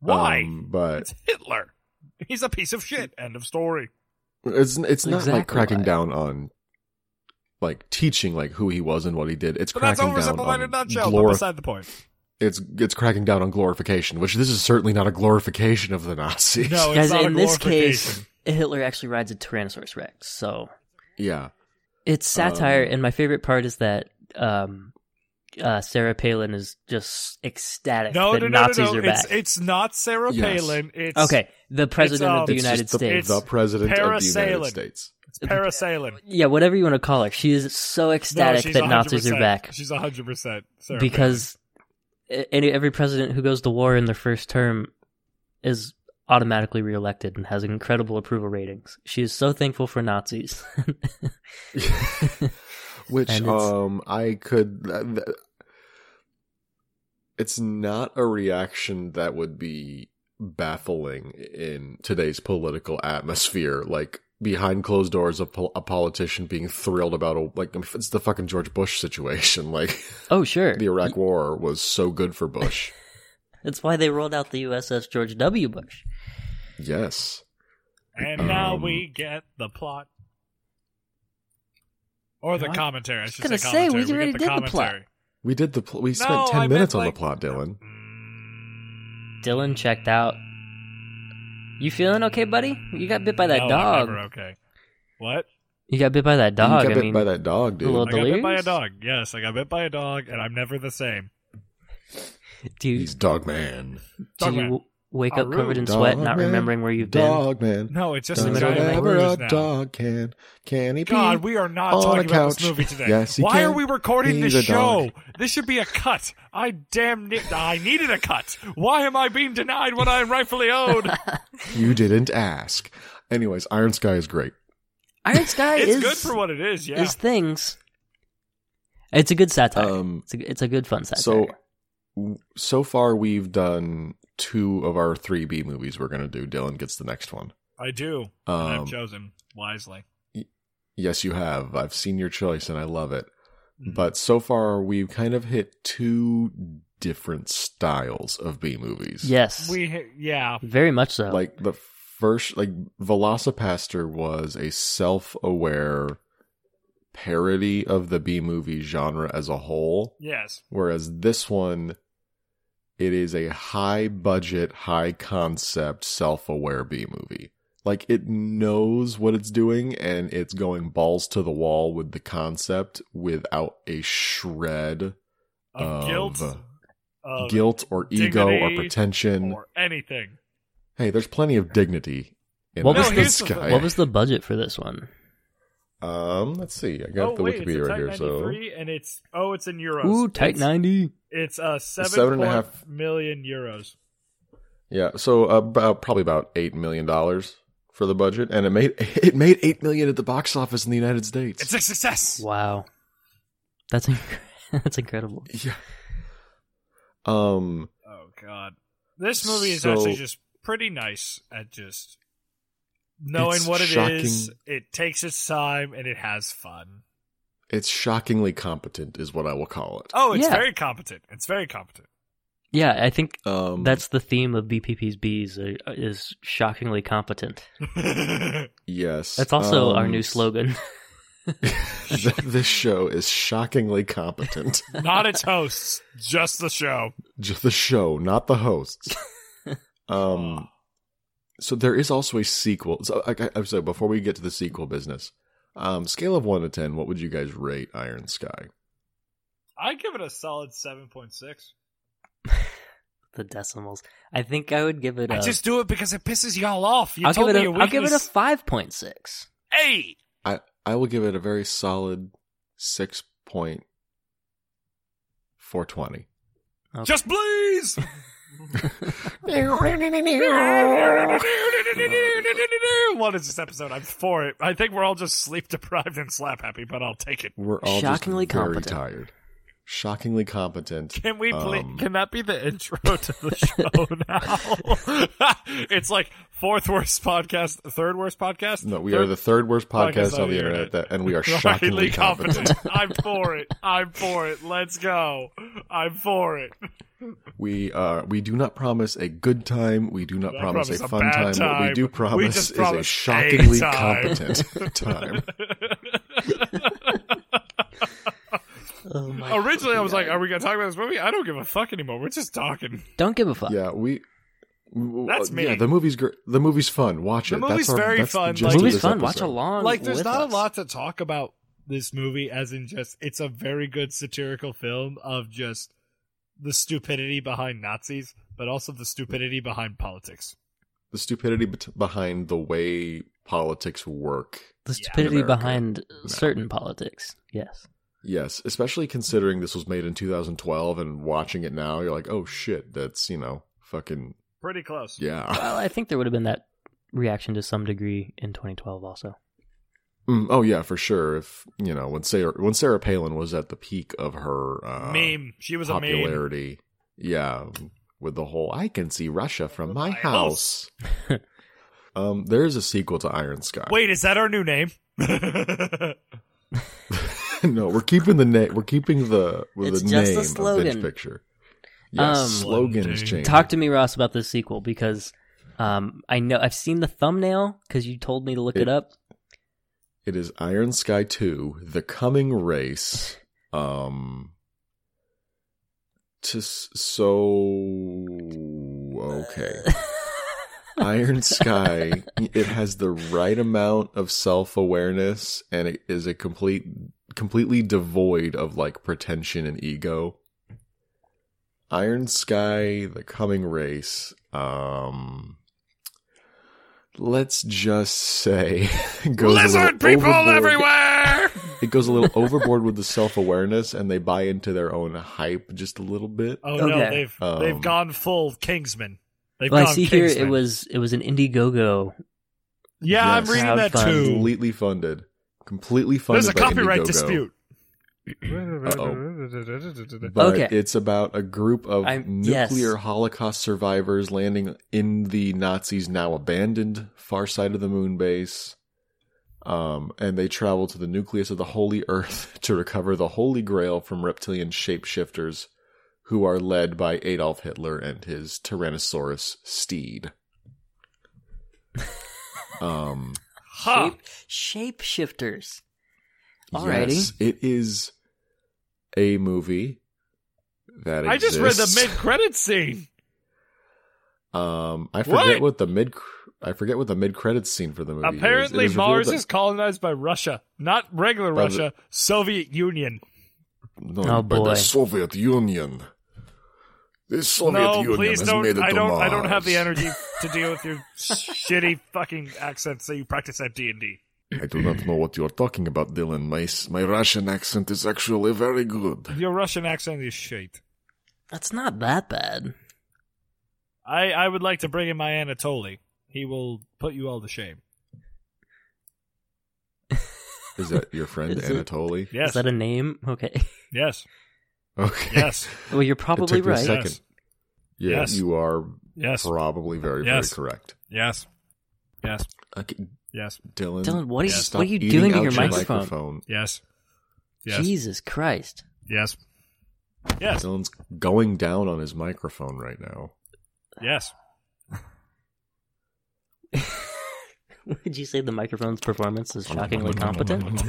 Speaker 1: Why?
Speaker 2: Um, but
Speaker 1: It's Hitler. He's a piece of shit. End of story.
Speaker 2: it's it's not like
Speaker 3: Exactly
Speaker 2: cracking
Speaker 3: why.
Speaker 2: down on like teaching like who he was and what he did. It's
Speaker 1: But that's
Speaker 2: cracking down
Speaker 1: oversimplified in a
Speaker 2: on
Speaker 1: nutshell. But
Speaker 2: glorif-
Speaker 1: beside the point.
Speaker 2: It's it's cracking down on glorification, which this is certainly not a glorification of the Nazis.
Speaker 1: No, it's
Speaker 3: Guys,
Speaker 1: not a
Speaker 3: in this case,
Speaker 1: glorification.
Speaker 3: Hitler actually rides a Tyrannosaurus Rex, so
Speaker 2: yeah,
Speaker 3: it's satire.
Speaker 2: Um,
Speaker 3: and my favorite part is that um, uh, Sarah Palin is just ecstatic
Speaker 1: No,
Speaker 3: that
Speaker 1: no, no,
Speaker 3: Nazis
Speaker 1: no, no.
Speaker 3: are
Speaker 1: it's,
Speaker 3: back.
Speaker 1: it's not Sarah
Speaker 2: Yes.
Speaker 1: Palin. It's
Speaker 3: okay, the president
Speaker 1: um,
Speaker 3: of the
Speaker 2: It's
Speaker 3: United
Speaker 2: just the,
Speaker 3: States.
Speaker 2: the president of the United
Speaker 1: Parasailing.
Speaker 2: States.
Speaker 1: It's Sarah Palin. No,
Speaker 3: yeah, whatever you want to call her, she is so ecstatic
Speaker 1: she's
Speaker 3: that Nazis are
Speaker 1: 100%.
Speaker 3: back
Speaker 1: She's hundred percent Sarah
Speaker 3: because a- any every president who goes to war in their first term is automatically reelected and has incredible approval ratings. She is so thankful for Nazis.
Speaker 2: Which
Speaker 3: And it's-
Speaker 2: um I could th- th- it's not a reaction that would be baffling in today's political atmosphere like behind closed doors a, pol- a politician being thrilled about a like it's the fucking George Bush situation like
Speaker 3: oh, sure.
Speaker 2: the Iraq war was so good for Bush.
Speaker 3: That's why they rolled out the USS George W. Bush.
Speaker 2: yes.
Speaker 1: Palin. And now
Speaker 2: Um,
Speaker 1: we get the plot. Or the
Speaker 3: What?
Speaker 1: commentary. I
Speaker 3: was
Speaker 1: should
Speaker 3: gonna
Speaker 1: say
Speaker 3: say,
Speaker 1: commentary.
Speaker 3: we already
Speaker 1: get
Speaker 3: did the plot.
Speaker 1: commentary.
Speaker 2: We did the pl- we spent
Speaker 1: No,
Speaker 2: 10
Speaker 1: I meant,
Speaker 2: minutes on
Speaker 1: like-
Speaker 2: the plot, Dylan.
Speaker 3: Dylan checked out. You feeling okay, buddy? You got bit by that
Speaker 1: No, I'm
Speaker 3: dog.
Speaker 1: never okay. What?
Speaker 3: You got bit by that
Speaker 2: You
Speaker 3: dog.
Speaker 2: got
Speaker 3: I
Speaker 2: bit
Speaker 3: mean,
Speaker 2: by that dog, dude.
Speaker 3: little-
Speaker 1: I got bit by a
Speaker 3: Delirious?
Speaker 1: dog. Yes, I got bit by a dog, and I'm never the same.
Speaker 3: do you,
Speaker 2: He's dog man.
Speaker 3: do
Speaker 1: Dog man.
Speaker 3: you wake up
Speaker 1: Aru.
Speaker 3: covered in
Speaker 2: Dog
Speaker 3: sweat, not
Speaker 2: man.
Speaker 3: remembering where you've
Speaker 2: Dog man.
Speaker 1: No, it's just
Speaker 3: Does
Speaker 1: a
Speaker 3: it
Speaker 1: giant
Speaker 3: ever
Speaker 1: bruise now.
Speaker 2: dog can. Can he
Speaker 1: God, we are not
Speaker 2: on
Speaker 1: talking
Speaker 2: a
Speaker 1: about this
Speaker 2: couch.
Speaker 1: movie today.
Speaker 2: Yes, he
Speaker 1: Why
Speaker 2: can.
Speaker 1: are we recording this
Speaker 2: He's a
Speaker 1: show?
Speaker 2: dog.
Speaker 1: This should be a cut. I damn ne- I needed a cut. Why am I being denied what I am rightfully owed?
Speaker 2: You didn't ask. Anyways, Iron Sky is great.
Speaker 3: been. Iron Sky
Speaker 1: it's
Speaker 3: is
Speaker 1: good for what it is. Yeah,
Speaker 3: is things. It's a good satire.
Speaker 2: Um,
Speaker 3: it's, a, it's a good fun satire.
Speaker 2: So, so far we've done two of our three B movies. We're gonna do. Dylan gets the next one.
Speaker 1: I do. and I've
Speaker 2: Um,
Speaker 1: chosen wisely.
Speaker 2: yes, you have. I've seen your choice, and I love it.
Speaker 1: Mm-hmm.
Speaker 2: But so far we've kind of hit two different styles of B movies.
Speaker 3: yes,
Speaker 1: We yeah.
Speaker 3: very much so.
Speaker 2: like the first like velocipaster was a self-aware parody of the b movie genre as a whole
Speaker 1: Yes.
Speaker 2: whereas this one it is a high budget high concept self-aware b movie like it knows what it's doing and it's going balls to the wall with the concept without a shred
Speaker 1: Of
Speaker 2: Of
Speaker 1: guilt, of
Speaker 2: guilt or ego or
Speaker 1: dignity
Speaker 2: pretension
Speaker 1: or anything.
Speaker 2: hey there's plenty of dignity in
Speaker 3: What was
Speaker 2: Iron
Speaker 3: the-
Speaker 2: Sky.
Speaker 3: what was the budget for this one?
Speaker 2: Um, let's see. I got
Speaker 1: oh
Speaker 2: the
Speaker 1: wait, it's a
Speaker 2: Wikipedia right here. So
Speaker 1: 1093, and it's oh, it's in euros.
Speaker 3: Ooh, tight
Speaker 1: It's-
Speaker 3: ninety.
Speaker 1: It's uh
Speaker 2: Seven and a half-
Speaker 1: million euros.
Speaker 2: yeah, so about probably about eight million dollars for the budget, and it made it made eight million at the box office in the United States.
Speaker 1: It's a success.
Speaker 3: Wow, that's inc- that's incredible.
Speaker 2: yeah. Um.
Speaker 1: Oh god. This movie is
Speaker 2: So-
Speaker 1: actually just pretty nice at just knowing
Speaker 2: It's
Speaker 1: what it is.
Speaker 2: shocking.
Speaker 1: It takes its time and it has fun.
Speaker 2: It's shockingly competent, is what I will call it.
Speaker 1: Oh, it's
Speaker 3: Yeah.
Speaker 1: very competent. It's very competent.
Speaker 3: Yeah, I think
Speaker 2: Um,
Speaker 3: that's the theme of BPP's Bees uh, is shockingly competent.
Speaker 2: yes.
Speaker 3: That's also our
Speaker 2: Um,
Speaker 3: new slogan.
Speaker 2: this show is shockingly competent.
Speaker 1: Not its hosts, just the show.
Speaker 2: Just the show, not the hosts. Um, so there is also a sequel. So I, I, so before we get to the sequel business, um, scale of one to ten, what would you guys rate Iron Sky?
Speaker 1: I give it a solid seven point six.
Speaker 3: the decimals. I think I would give it.
Speaker 1: I
Speaker 3: a-
Speaker 1: just do it because it pisses y'all off. You
Speaker 3: I'll give
Speaker 1: told
Speaker 3: it.
Speaker 1: me
Speaker 3: A,
Speaker 1: your
Speaker 3: I'll give it a
Speaker 1: weakness.
Speaker 3: five point six.
Speaker 1: Hey,
Speaker 2: I I will give it a very solid six point four twenty.
Speaker 1: just please. what is this episode? I'm for it. I think we're all just sleep deprived and slap happy, but I'll take it.
Speaker 2: We're all
Speaker 3: Shockingly
Speaker 2: just very
Speaker 3: competent.
Speaker 2: tired. Shockingly competent.
Speaker 1: Can we play?
Speaker 2: Um,
Speaker 1: can that be the intro to the show now? it's like fourth worst podcast, third worst podcast.
Speaker 2: No, we are the third worst podcast on the internet, that, and we are shockingly competent.
Speaker 1: I'm for it. I'm for it. Let's go. I'm for it.
Speaker 2: We uh, we do not promise a good time. We do not
Speaker 1: Don't
Speaker 2: promise,
Speaker 1: promise
Speaker 2: a
Speaker 1: a
Speaker 2: fun
Speaker 1: bad
Speaker 2: time. What
Speaker 1: time.
Speaker 2: we do
Speaker 1: We
Speaker 2: promise
Speaker 1: just
Speaker 2: is a
Speaker 1: promise a
Speaker 2: shockingly
Speaker 1: time.
Speaker 2: competent time.
Speaker 3: Oh my!
Speaker 1: Originally, I was like, "Are we gonna talk about this movie?" I don't give a fuck anymore. We're just talking.
Speaker 3: Don't give a fuck.
Speaker 2: Yeah, we. w-
Speaker 1: That's me.
Speaker 2: Yeah, the movie's gr- the movie's fun. Watch
Speaker 1: The
Speaker 2: it.
Speaker 1: movie's
Speaker 2: that's our,
Speaker 1: very
Speaker 2: that's the
Speaker 1: fun,
Speaker 2: gist
Speaker 1: like-
Speaker 2: of
Speaker 3: Movie's
Speaker 2: this
Speaker 3: fun. Watch
Speaker 2: episode.
Speaker 3: along.
Speaker 1: Like, there's
Speaker 3: with
Speaker 1: not
Speaker 3: us.
Speaker 1: a lot to talk about this movie, as in just it's a very good satirical film of just the stupidity behind Nazis, but also the stupidity behind politics.
Speaker 2: The stupidity bet behind the way politics work.
Speaker 3: The
Speaker 1: Yeah.
Speaker 3: stupidity
Speaker 2: America.
Speaker 3: behind certain politics. Yes.
Speaker 2: Yes, especially considering this was made in 2012, and watching it now, you're like, oh shit, that's you know, fucking
Speaker 1: Pretty close.
Speaker 2: yeah.
Speaker 3: Well, I think there would have been that reaction to some degree in 2012 also.
Speaker 2: Mm, oh yeah, for sure. If you know when Sarah when Sarah Palin was at the peak of her uh,
Speaker 1: meme. She was a meme.
Speaker 2: popularity, yeah, with the whole "I can see Russia from my
Speaker 1: My
Speaker 2: house."
Speaker 1: house.
Speaker 2: um, there is a sequel to Iron Sky.
Speaker 1: Wait, is that our new name? That's
Speaker 2: no, we're keeping the name. We're keeping the with
Speaker 3: It's
Speaker 2: the
Speaker 3: just a
Speaker 2: name of
Speaker 3: slogan.
Speaker 2: each picture. Yes,
Speaker 3: Um,
Speaker 2: slogan is
Speaker 1: Slogan.
Speaker 2: changed.
Speaker 3: Talk to me, Ross, about this sequel because um, I know I've seen the thumbnail because you told me to look it,
Speaker 2: It-
Speaker 3: up.
Speaker 2: It is Iron Sky Two: The Coming Race. Um, to s- so okay. Iron Sky, it has the right amount of self awareness, and it is a complete, completely devoid of like pretension and ego. Iron Sky, the coming race. Um, let's just say goes a little
Speaker 1: Lizard people
Speaker 2: overboard-
Speaker 1: everywhere.
Speaker 2: It goes a little overboard with the self awareness, and they buy into their own hype just a little bit.
Speaker 1: Oh
Speaker 3: Okay.
Speaker 1: no, they've
Speaker 2: Um,
Speaker 1: they've gone full Kingsman. They've
Speaker 3: Well, I
Speaker 1: gone
Speaker 3: see here it
Speaker 1: Kingsman.
Speaker 3: was it was an Indiegogo.
Speaker 1: Yeah, I'm
Speaker 2: Yes.
Speaker 1: reading that
Speaker 3: Crowdfund.
Speaker 1: too.
Speaker 2: Completely funded. Completely funded.
Speaker 1: There's a
Speaker 2: by
Speaker 1: copyright
Speaker 2: Indiegogo.
Speaker 1: dispute.
Speaker 2: But
Speaker 3: Okay.
Speaker 2: it's about a group of
Speaker 3: I'm- yes.
Speaker 2: nuclear Holocaust survivors landing in the Nazis' now abandoned far side of the moon base. Um, and they travel to the nucleus of the Holy Earth to recover the Holy Grail from reptilian shapeshifters who are led by Adolf Hitler and his Tyrannosaurus steed. um,
Speaker 1: Huh.
Speaker 3: Shape, shapeshifters. Alrighty.
Speaker 2: yes, it is a movie that
Speaker 1: I just read the
Speaker 2: exists.
Speaker 1: mid credit scene.
Speaker 2: Um, I forget what,
Speaker 1: What?
Speaker 2: the mid I forget what the mid credits scene for the movie. is.
Speaker 1: Apparently,
Speaker 2: It is revealed
Speaker 1: Mars
Speaker 2: that-
Speaker 1: is colonized by Russia, not regular
Speaker 2: By the-
Speaker 1: Russia, Soviet Union.
Speaker 2: no,
Speaker 3: Oh,
Speaker 2: by
Speaker 3: boy.
Speaker 2: the Soviet Union. The Soviet
Speaker 1: no,
Speaker 2: Union
Speaker 1: please
Speaker 2: has
Speaker 1: don't.
Speaker 2: made it
Speaker 1: I
Speaker 2: to
Speaker 1: don't. I don't
Speaker 2: Mars.
Speaker 1: have the energy to deal with your shitty fucking accents that you practice at D and D.
Speaker 2: I do not know what you are talking about, Dylan. My s- my Russian accent is actually very good.
Speaker 1: Your Russian accent is shit.
Speaker 3: That's not that bad.
Speaker 1: I I would like to bring in my Anatoly. He will put you all to shame.
Speaker 2: Is that your friend
Speaker 3: Is it-
Speaker 2: Anatoly?
Speaker 1: Yes.
Speaker 3: Is that a name? Okay.
Speaker 1: yes.
Speaker 2: Okay.
Speaker 1: Yes.
Speaker 3: Well, you're
Speaker 2: It
Speaker 3: probably
Speaker 2: took me a
Speaker 3: right.
Speaker 2: second.
Speaker 1: Yes.
Speaker 2: Yeah,
Speaker 1: Yes.
Speaker 2: you are
Speaker 1: Yes.
Speaker 2: Probably very,
Speaker 1: Yes.
Speaker 2: very correct.
Speaker 1: Yes. Yes.
Speaker 2: Okay,
Speaker 1: Yes.
Speaker 2: Dylan,
Speaker 3: Dylan, what are you-
Speaker 2: stop
Speaker 3: what are you
Speaker 2: eating
Speaker 3: doing to
Speaker 2: out
Speaker 3: your microphone?
Speaker 1: Yes. Yes.
Speaker 3: Jesus Christ.
Speaker 1: Yes. Yes.
Speaker 2: Dylan's going down on his microphone right now.
Speaker 1: Yes.
Speaker 3: Would you say the microphone's performance is shockingly competent?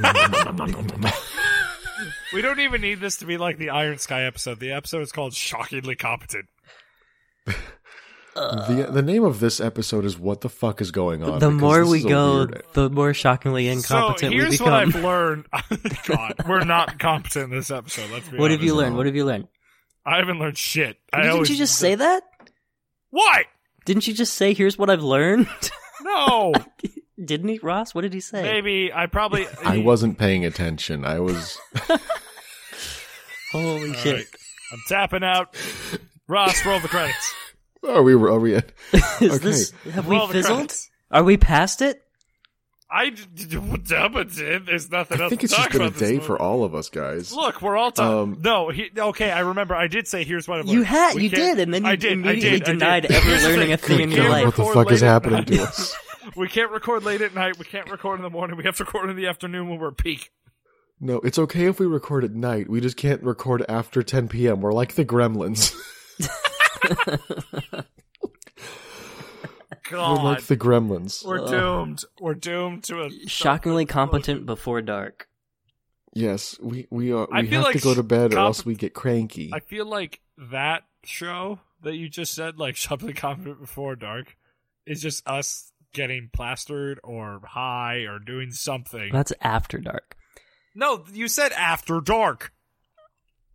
Speaker 1: We don't even need this to be like the Iron Sky episode. The episode is called Shockingly Competent.
Speaker 2: the the name of this episode is "What the fuck is going on?"
Speaker 3: the
Speaker 2: because
Speaker 3: more
Speaker 2: this
Speaker 3: we
Speaker 2: is a
Speaker 3: go,
Speaker 2: weird-
Speaker 3: the more shockingly
Speaker 1: so
Speaker 3: incompetent we
Speaker 1: here's what
Speaker 3: become.
Speaker 1: I've learned. God, we're not competent in this episode. Let's be
Speaker 3: What have
Speaker 1: honest.
Speaker 3: you learned? What have you learned?
Speaker 1: I haven't learned shit. I
Speaker 3: Didn't
Speaker 1: always-
Speaker 3: you just say that?
Speaker 1: What?
Speaker 3: Didn't you just say, here's what I've learned?
Speaker 1: No.
Speaker 3: Didn't he, Ross? What did he say?
Speaker 1: Maybe I probably.
Speaker 2: I wasn't paying attention. I was.
Speaker 3: Holy
Speaker 1: All
Speaker 3: shit.
Speaker 1: right. I'm tapping out. Ross, roll the credits.
Speaker 2: Are oh, we? Are we?
Speaker 3: Is
Speaker 2: Okay.
Speaker 3: this, have
Speaker 1: roll
Speaker 3: we
Speaker 1: the
Speaker 3: fizzled?
Speaker 1: credits.
Speaker 3: Are we past it?
Speaker 1: I d- d- d- what happened, eh? There's nothing
Speaker 2: I
Speaker 1: else
Speaker 2: think
Speaker 1: to
Speaker 2: it's
Speaker 1: talk
Speaker 2: just been a
Speaker 1: about this
Speaker 2: day
Speaker 1: movie.
Speaker 2: for all of us guys.
Speaker 1: Look, we're all talking.
Speaker 2: Um,
Speaker 1: no, he, okay, I remember. I did say here's what I've
Speaker 3: You
Speaker 1: learned.
Speaker 3: had,
Speaker 1: We
Speaker 3: you
Speaker 1: can't-
Speaker 3: did, and then you
Speaker 1: I did, I
Speaker 3: immediately
Speaker 1: did, I
Speaker 3: denied
Speaker 1: did.
Speaker 3: ever
Speaker 1: Here's the
Speaker 3: learning
Speaker 1: thing.
Speaker 3: a thing in
Speaker 1: Good
Speaker 3: your
Speaker 1: God,
Speaker 3: life.
Speaker 1: what the fuck is happening to
Speaker 2: us?
Speaker 1: We can't record late at night. We can't record in the morning. We have to record in the afternoon when we're at peak.
Speaker 2: No, it's okay if we record at night. We just can't record after 10 p.m. We're like the gremlins. We're
Speaker 1: God,
Speaker 2: like the gremlins.
Speaker 1: we're doomed. We're doomed to a
Speaker 3: Shockingly competent before dark.
Speaker 2: Yes, we we are.
Speaker 1: I
Speaker 2: We
Speaker 1: feel
Speaker 2: have to
Speaker 1: like
Speaker 2: go to bed, or
Speaker 1: comp-
Speaker 2: else we get cranky.
Speaker 1: I feel like that show that you just said, like Shopping Confident Before Dark, is just us getting plastered or high or doing something.
Speaker 3: That's after dark.
Speaker 1: no, you said after dark.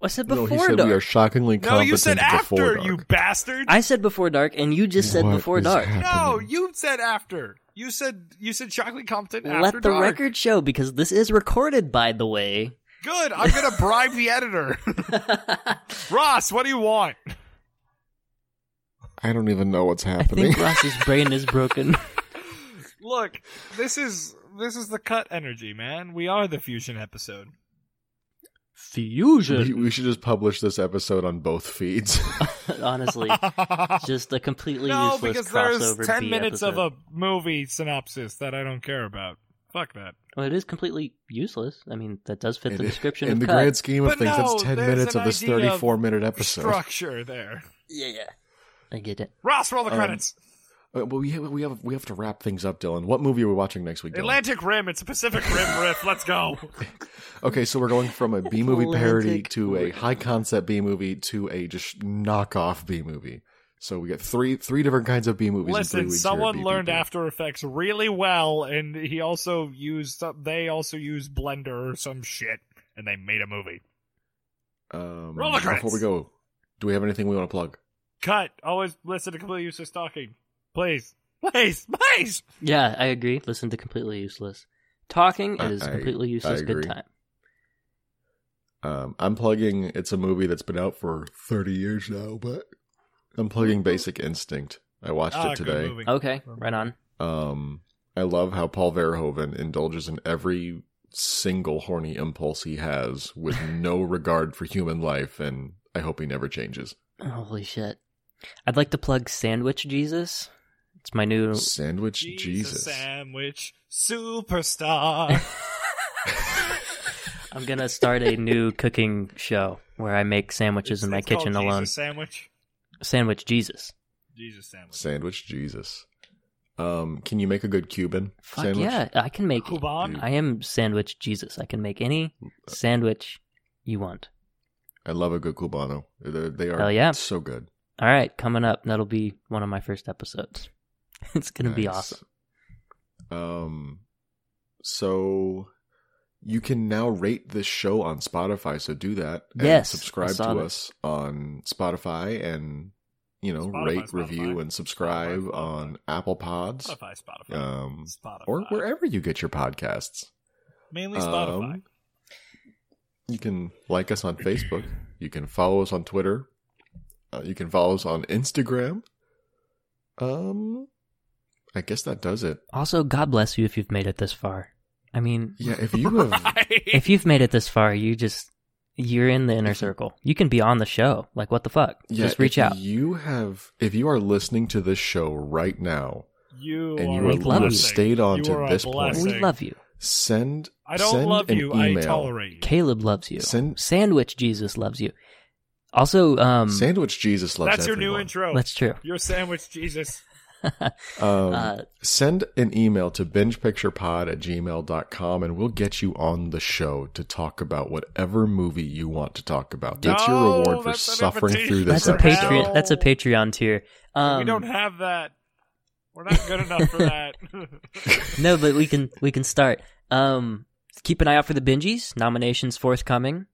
Speaker 3: I said
Speaker 2: no,
Speaker 3: before
Speaker 2: he said
Speaker 3: dark.
Speaker 2: we are shockingly
Speaker 1: No,
Speaker 2: competent
Speaker 1: you said
Speaker 2: before
Speaker 1: after,
Speaker 2: dark.
Speaker 1: you bastard.
Speaker 3: I said before dark, and you just said
Speaker 2: What
Speaker 3: before
Speaker 2: is
Speaker 3: dark.
Speaker 1: no,
Speaker 2: happening?
Speaker 1: you said after. You said you said shockingly competent
Speaker 3: Let
Speaker 1: after
Speaker 3: the
Speaker 1: dark.
Speaker 3: record show because this is recorded, by the way.
Speaker 1: Good. I'm gonna bribe the editor. Ross, what do you want?
Speaker 2: I don't even know what's
Speaker 3: I
Speaker 2: happening.
Speaker 3: think Ross's brain is broken.
Speaker 1: Look, this is this is the cut energy, man. We are the fusion episode.
Speaker 3: Fusion.
Speaker 2: we, we should just publish this episode on both feeds.
Speaker 3: Honestly, just a completely
Speaker 1: no,
Speaker 3: useless
Speaker 1: because there's
Speaker 3: crossover.
Speaker 1: ten
Speaker 3: B
Speaker 1: minutes
Speaker 3: episode.
Speaker 1: of a movie synopsis that I don't care about. Fuck that.
Speaker 3: Well, it is completely useless. I mean, that does fit
Speaker 2: It
Speaker 3: the
Speaker 2: is-
Speaker 3: description
Speaker 2: In
Speaker 3: of
Speaker 2: the
Speaker 3: cut.
Speaker 2: grand scheme of
Speaker 1: But no,
Speaker 2: things, that's 10
Speaker 1: there's
Speaker 2: minutes
Speaker 1: an
Speaker 2: of this
Speaker 1: idea of
Speaker 2: 34 minute episode.
Speaker 1: Structure there.
Speaker 3: Yeah, yeah. I get it.
Speaker 1: Ross, roll the
Speaker 2: Um,
Speaker 1: credits.
Speaker 2: Uh, well, we have, we have we have to wrap things up, Dylan. What movie are we watching next week? Dylan?
Speaker 1: Atlantic Rim. It's a Pacific Rim riff. Let's go.
Speaker 2: Okay, so we're going from a B movie
Speaker 3: Atlantic
Speaker 2: parody to a
Speaker 3: Rim.
Speaker 2: high concept B movie to a just knockoff B movie. So we got three three different kinds of B movies. in three
Speaker 1: Listen,
Speaker 2: weeks
Speaker 1: someone
Speaker 2: here at
Speaker 1: learned
Speaker 2: BBB.
Speaker 1: After Effects really well, and he also used. They also used Blender or some shit, and they made a movie.
Speaker 2: Um,
Speaker 1: Roll the credits.
Speaker 2: before we go, do we have anything we want to plug?
Speaker 1: Cut. Always listen to completely useless talking. Please, please, please.
Speaker 3: Yeah, I agree. Listen to completely useless. Talking
Speaker 2: I-
Speaker 3: is
Speaker 2: I-
Speaker 3: completely useless.
Speaker 2: agree.
Speaker 3: Good time.
Speaker 2: Um, I'm plugging. It's a movie that's been out for 30 years now, but I'm plugging Basic Instinct. I watched
Speaker 1: Ah,
Speaker 2: it
Speaker 1: good
Speaker 2: today.
Speaker 1: movie.
Speaker 3: Okay, right on.
Speaker 2: Um, I love how Paul Verhoeven indulges in every single horny impulse he has with no regard for human life, and I hope he never changes.
Speaker 3: Holy shit. I'd like to plug Sandwich Jesus. It's my new
Speaker 2: Sandwich
Speaker 1: She's a
Speaker 2: Jesus.
Speaker 1: sandwich superstar.
Speaker 3: I'm gonna start a new cooking show where I make sandwiches in my
Speaker 1: It's called
Speaker 3: kitchen
Speaker 1: Jesus
Speaker 3: alone.
Speaker 1: Sandwich.
Speaker 3: Sandwich Jesus.
Speaker 1: Jesus sandwich.
Speaker 2: Sandwich Jesus. Um, can you make a good Cuban
Speaker 3: Fuck
Speaker 2: sandwich?
Speaker 3: yeah, I can make.
Speaker 1: Kuban.
Speaker 3: I am sandwich Jesus. I can make any
Speaker 2: Uh,
Speaker 3: sandwich you want.
Speaker 2: I love a good cubano. They're- They are
Speaker 3: Hell yeah.
Speaker 2: so good.
Speaker 3: All right, coming up, that'll be one of my first episodes. It's gonna be
Speaker 2: Nice.
Speaker 3: awesome.
Speaker 2: Um, so you can now rate this show on Spotify. So do that. and
Speaker 3: Yes, I
Speaker 2: subscribe to
Speaker 3: saw that.
Speaker 2: us on Spotify, and you know,
Speaker 1: Spotify,
Speaker 2: rate,
Speaker 1: Spotify,
Speaker 2: review, and subscribe
Speaker 1: Spotify, Spotify.
Speaker 2: on Apple Pods,
Speaker 1: Spotify, Spotify,
Speaker 2: um,
Speaker 1: Spotify,
Speaker 2: or wherever you get your podcasts.
Speaker 1: Mainly Spotify.
Speaker 2: Um, you can like us on Facebook. You can follow us on Twitter. Uh, you can follow us on Instagram. Um, I guess that does it.
Speaker 3: Also, God bless you if you've made it this far. I mean,
Speaker 2: Yeah, if you have
Speaker 1: Right?
Speaker 3: if you've made it this far, you just You're in the inner circle. You can be on the show. Like, what the fuck?
Speaker 2: Yeah,
Speaker 3: Just reach
Speaker 2: if
Speaker 3: out.
Speaker 2: You have, if you are listening to this show right now,
Speaker 1: You
Speaker 2: And
Speaker 1: are
Speaker 2: you
Speaker 1: a
Speaker 3: are- you have
Speaker 1: blessing.
Speaker 2: stayed on
Speaker 1: You
Speaker 2: to
Speaker 1: are a
Speaker 2: this point.
Speaker 1: blessing.
Speaker 3: We love you.
Speaker 2: send.
Speaker 1: I don't
Speaker 2: send
Speaker 1: love
Speaker 2: an
Speaker 1: you. I
Speaker 2: Email.
Speaker 1: tolerate you.
Speaker 3: Caleb loves you.
Speaker 2: Send-
Speaker 3: Sandwich Jesus loves you. Also, um,
Speaker 2: Sandwich Jesus loves
Speaker 1: That's your new
Speaker 2: everyone.
Speaker 1: intro.
Speaker 3: that's true.
Speaker 1: Your sandwich, Jesus.
Speaker 2: Um,
Speaker 3: Uh,
Speaker 2: send an email to bingepicturepod at gmail.com and we'll get you on the show to talk about whatever movie you want to talk about. That's
Speaker 1: No,
Speaker 2: your reward for
Speaker 1: that's an
Speaker 2: suffering
Speaker 1: invitation
Speaker 2: through this
Speaker 3: That's a
Speaker 1: for
Speaker 2: episode.
Speaker 1: hell.
Speaker 3: Patreon. That's a Patreon tier. Um,
Speaker 1: we don't have that. We're not good enough for that.
Speaker 3: no, but we can we can start. Um, keep an eye out for the bingies. Nominations forthcoming.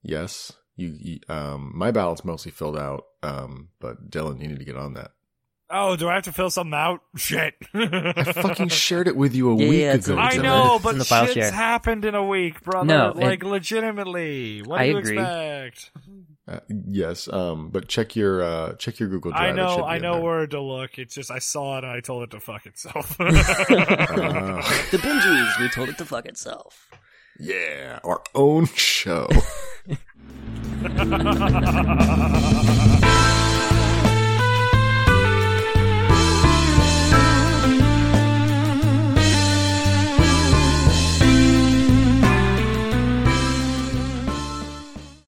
Speaker 2: Yes. You, you- um, my ballot's mostly filled out, um, but Dylan, you need to get on that.
Speaker 1: oh, do I have to fill something out? Shit.
Speaker 2: I fucking shared it with you a
Speaker 3: Yeah,
Speaker 2: week
Speaker 3: yeah, it's
Speaker 2: ago.
Speaker 3: in-
Speaker 1: I
Speaker 3: It's
Speaker 2: Dylan.
Speaker 1: know,
Speaker 3: it's
Speaker 1: but
Speaker 3: in the file
Speaker 1: shit's
Speaker 3: share.
Speaker 1: happened in a week, brother.
Speaker 3: No,
Speaker 1: like legitimately. What do
Speaker 3: I
Speaker 1: you
Speaker 3: agree.
Speaker 1: expect?
Speaker 2: Uh, yes, um, but check your uh, check your Google Drive.
Speaker 1: I
Speaker 2: It
Speaker 1: know,
Speaker 2: should be
Speaker 1: I
Speaker 2: in
Speaker 1: know
Speaker 2: there.
Speaker 1: where to look. It's just I saw it and I told it to fuck itself.
Speaker 2: Ah,
Speaker 3: The bingies. We told it to fuck itself.
Speaker 2: yeah, our own show.